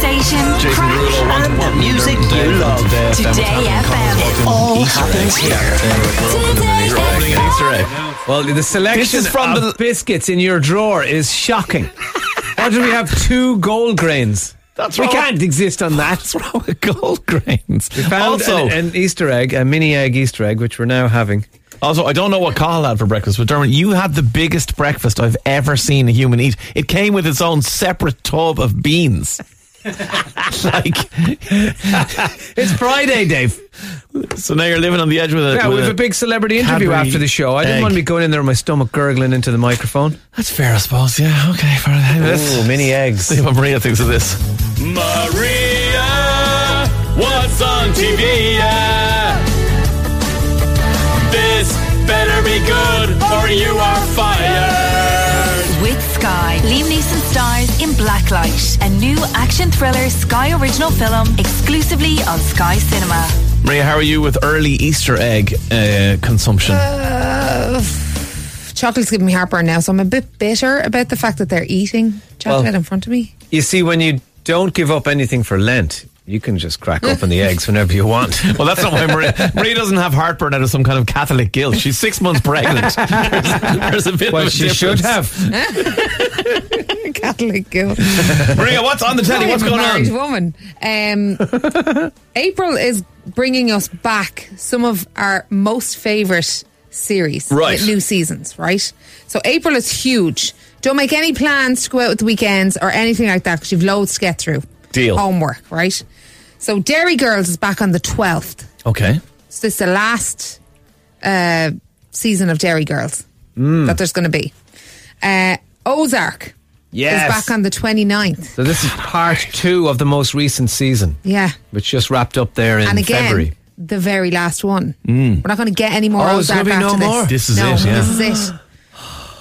Jason Derulo and the music you love. Today FM. It all happens here. You're opening an Easter egg. Well, the selection This is from of the- biscuits in your drawer is shocking. Why do we have two gold grains? That's we wrong. can't exist on that. What's wrong with gold grains? Found Also, an, an Easter egg, a mini egg Easter egg, which we're now having. also, I don't know what Carl had for breakfast, but Dermot, you had the biggest breakfast I've ever seen a human eat. It came with its own separate tub of beans. like, It's Friday, Dave. so now you're living on the edge with a. Yeah, with we have a big celebrity interview Cadbury after the show. I didn't egg. want to be going in there with my stomach gurgling into the microphone. That's fair, I suppose. Yeah, okay. Fair. Let's Ooh, mini eggs. see what Maria thinks of this. Maria, what's on TV? This better be good, or you are fired. With Sky, Liam Neeson stars in Blacklight, a new action thriller Sky original film exclusively on Sky Cinema. Maria, how are you with early Easter egg uh, consumption? Chocolate's giving me heartburn now, so I'm a bit bitter about the fact that they're eating chocolate Well- in front of me. You see, when you don't give up anything for Lent, you can just crack open the eggs whenever you want. Well, that's not why Maria. Maria doesn't have heartburn out of some kind of Catholic guilt. She's six months pregnant. There's, there's a bit Well, of a she should difference. have. Catholic girl. Maria, what's on the telly? What's I'm a going on? married woman. Um, April is bringing us back some of our most favourite series. Right. with New seasons, right? So April is huge. Don't make any plans to go out at the weekends or anything like that because you've loads to get through. Deal. Homework, right? So Dairy Girls is back on the 12th. Okay. So this is the last uh, season of Dairy Girls Mm. that there's going to be. Uh, Ozark Yes. is back on the 29th. So this is part two of the most recent season, Yeah. which just wrapped up there in And again, February. Mm. the very last one. We're not going to get any more Oh, there's Ozark gonna be after no more? this. This is no, it, yeah. This is it.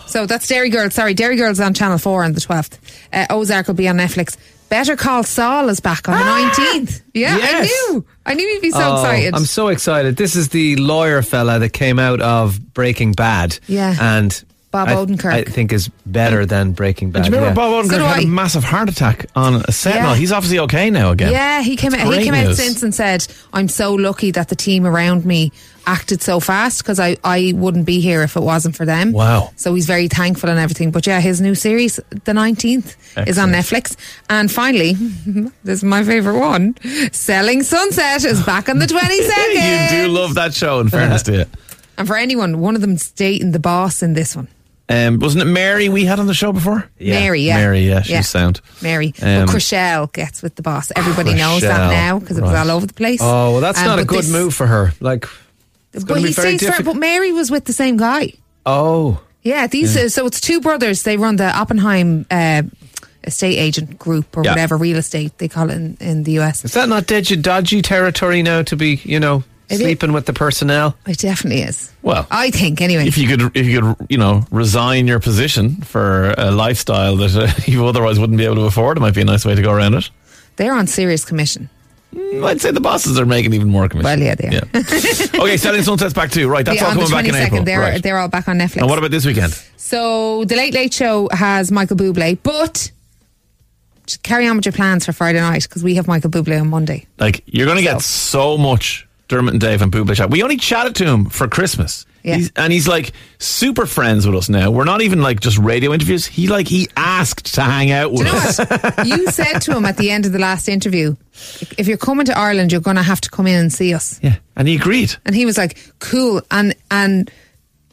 So that's Dairy Girls. Sorry, Dairy Girls on Channel 4 on the 12th. Uh, Ozark will be on Netflix. Better Call Saul is back on the 19th. Yeah, Ah! Yes. I knew. I knew you'd be so Oh, excited. I'm so excited. This is the lawyer fella that came out of Breaking Bad. Yeah. And Bob I, Odenkirk. I think is better than Breaking Bad. Do you remember yeah. Bob Odenkirk So do had a I. massive heart attack on a set? Yeah. Now he's obviously okay now again. Yeah, he came out, great he came out news. since and said, "I'm so lucky that the team around me acted so fast because I I wouldn't be here if it wasn't for them." Wow. So he's very thankful and everything. But yeah, his new series, the 19th, is on Netflix. And finally, this is my favorite one. Selling Sunset is back on the 22nd. you do love that show. In fairness to you, And for anyone, one of them's dating the boss in this one. um, wasn't it Mary we had on the show before? Mary, yeah. Mary, yeah, she's sound. Mary. Um, but Chriselle gets with the boss. Everybody knows that Chriselle, now because it was right. all over the place. Oh, well, that's Um, not a but good this- move for her. Like, it's But going to be he very stays fair, difficult. but Mary was with the same guy. oh. Yeah, these uh, so it's two brothers. They run the Oppenheim uh, estate agent group or Yeah. whatever real estate they call it in, in the US. Is that not dodgy, dodgy territory now to be, you know, It is. sleeping with the personnel? It definitely is. Well, I think anyway. if you could, if you could, you know, resign your position for a lifestyle that uh, you otherwise wouldn't be able to afford, it might be a nice way to go around it. They're on serious commission. Mm, I'd say the bosses are making even more commission. Well, yeah, they are. Yeah. okay, selling sunsets back too. Right, that's Yeah, all on the coming back in April. they're right. they're all back on Netflix. and what about this weekend? so the Late Late Show has Michael Bublé, but just carry on with your plans for Friday night because we have Michael Bublé on Monday. Like you're going to get so much Dermot and Dave and Bubba chat. We only chatted to him for Christmas. Yeah. He's, and he's like super friends with us now. We're not even like just radio interviews. He like he asked to hang out with You know us. what? you said to him at the end of the last interview, if you're coming to Ireland, you're going to have to come in and see us. Yeah, and he agreed. and he was like cool and and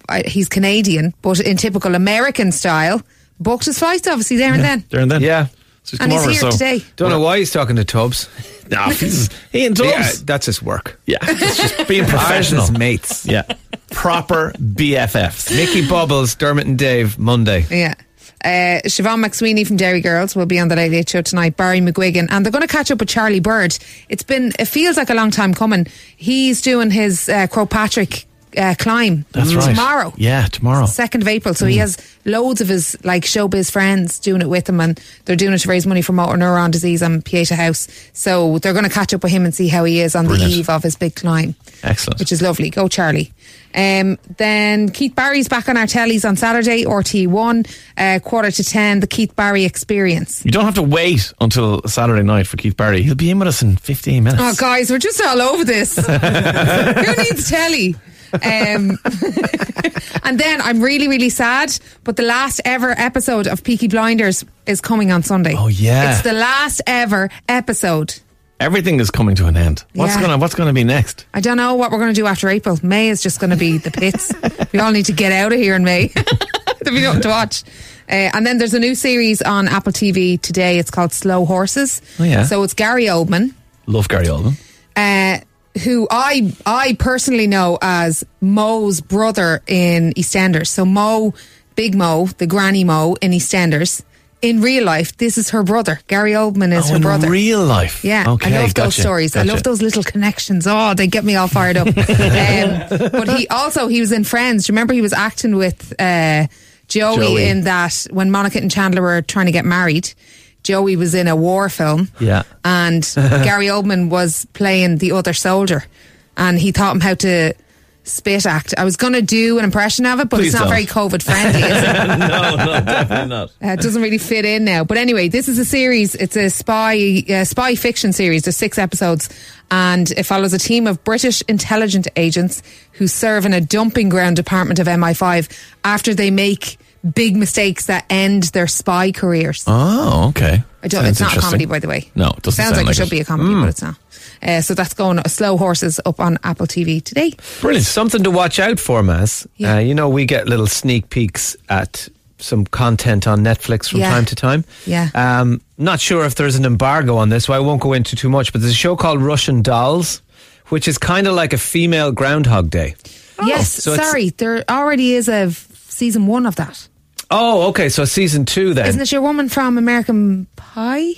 I, he's Canadian but in typical American style booked his flights obviously there and then There and then. Yeah. So he's come and he's over, here so- today Don't know why he's talking to Tubbs. Nah, he's- he and Yeah, Dubs. that's his work. Yeah, it's just being Ours is professional. mates. Yeah, proper BFFs. Mickey Bubbles, Dermot and Dave, Monday. yeah uh, Siobhan McSweeney from Dairy Girls will be on the Late Late Show tonight. Barry McGuigan, and they're going to catch up with Charlie Bird. It's been it feels like a long time coming. He's doing his uh, Crow Patrick uh, climb That's right. tomorrow. Yeah, tomorrow. Second of April, so he has loads of his like showbiz friends doing it with him, and they're doing it to raise money for motor neuron disease and Pieta House. So they're going to catch up with him and see how he is on Brilliant. the eve of his big climb. Excellent. which is lovely. Go Charlie. Um, then Keith Barry's back on our tellies on Saturday, RT one, uh, quarter to ten. The Keith Barry Experience. You don't have to wait until Saturday night for Keith Barry. He'll be in with us in 15 minutes. Oh, guys, we're just all over this. Who needs telly? Um, and then I'm really, really sad, but the last ever episode of Peaky Blinders is coming on Sunday. Oh, yeah. It's the last ever episode. Everything is coming to an end. What's Yeah. gonna What's gonna be next? I don't know what we're going to do after April. May is just going to be the pits. we all need to get out of here in May. There'll be nothing to watch. Uh, and then there's a new series on Apple TV today. It's called Slow Horses. Oh, yeah. So it's Gary Oldman. Love Gary Oldman. uh, who I I personally know as Mo's brother in EastEnders. So Mo, Big Mo, the granny Mo in EastEnders. In real life, this is her brother. Gary Oldman is Oh, her in brother. real life. yeah, Okay. I love those gotcha, stories. I gotcha. love those little connections. Oh, they get me all fired up. um, but he also he was in Friends. Do you remember he was acting with uh, Joey, Joey. in that when Monica and Chandler were trying to get married. Joey was in a war film Yeah. and Gary Oldman was playing the other soldier, and he taught him how to spit act. I was going to do an impression of it, but Please it's not don't. very COVID friendly. is it? no, no, definitely not. Uh, it doesn't really fit in now. But anyway, this is a series. It's a spy uh, spy fiction series. There's six episodes, and it follows a team of British intelligence agents who serve in a dumping ground department of MI5 after they make big mistakes that end their spy careers. Oh, okay. I don't, Sounds it's not a interesting. comedy, by the way. No, it doesn't sounds sound like, like it should it. Hmm. be a comedy, but it's not. Uh, so that's going slow horses up on Apple TV today. Brilliant. Something to watch out for, Mass. Yeah. Uh, you know, we get little sneak peeks at some content on Netflix from Yeah. time to time. Yeah. Um, not sure if there's an embargo on this, so I won't go into too much, but there's a show called Russian Dolls, which is kind of like a female Groundhog Day. Oh. yes, so it's- sorry, there already is a v- season one of that. Oh, okay. So season two then. Isn't it your woman from American Pie?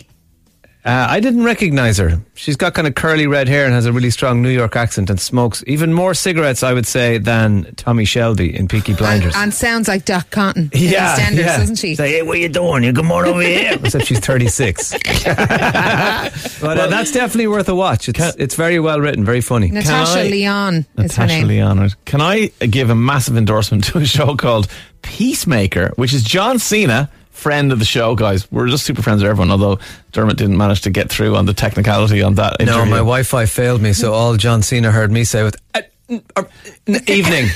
Uh, I didn't recognize her. She's got kind of curly red hair and has a really strong New York accent and smokes even more cigarettes, I would say, than Tommy Shelby in Peaky Blinders. And sounds like Doc Cotton. in EastEnders, doesn't she? Say, hey, what you doing? You come on over here. Except she's 36. but uh, that's definitely worth a watch. It's, it's very well written, very funny. Natasha I- Leon is her Natasha name. Leonard. Can I uh, give a massive endorsement to a show called Peacemaker, which is John Cena, friend of the show, guys. We're just super friends with everyone, although Dermot didn't manage to get through on the technicality on that. no, interview. my Wi Fi failed me, so all John Cena heard me say was, "Uh, mm, uh, n- evening.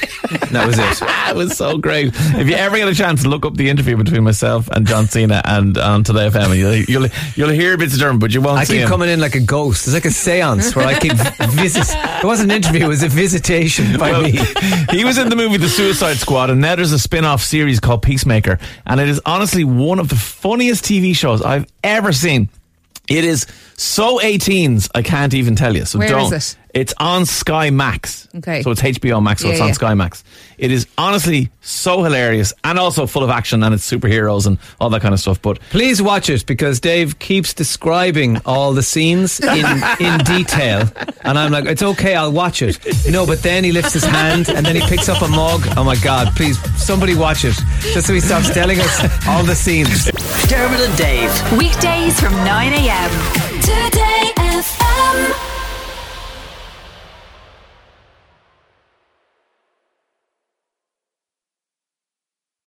that was it. That was so great. If you ever get a chance, look up the interview between myself and John Cena and on Today FM. And you'll, you'll you'll hear bits of Dermot, but you won't I see keep him. coming in like a ghost. It's like a seance where I keep visit. It wasn't an interview, it was a visitation by Well, me. he was in the movie The Suicide Squad, and now there's a spin off series called Peacemaker. And it is honestly one of the funniest TV shows I've ever seen. It is so 18s, I can't even tell you. So Where don't. is It's on Sky Max. Okay. So it's HBO Max, so Yeah, it's on yeah. Sky Max. It is honestly so hilarious and also full of action, and it's superheroes and all that kind of stuff. But Please watch it because Dave keeps describing all the scenes in, in detail. And I'm like, it's okay, I'll watch it. No, but then he lifts his hand and then he picks up a mug. Oh my God, please, somebody watch it. Just so he stops telling us all the scenes. Dermot and Dave. Weekdays from 9 a.m. Today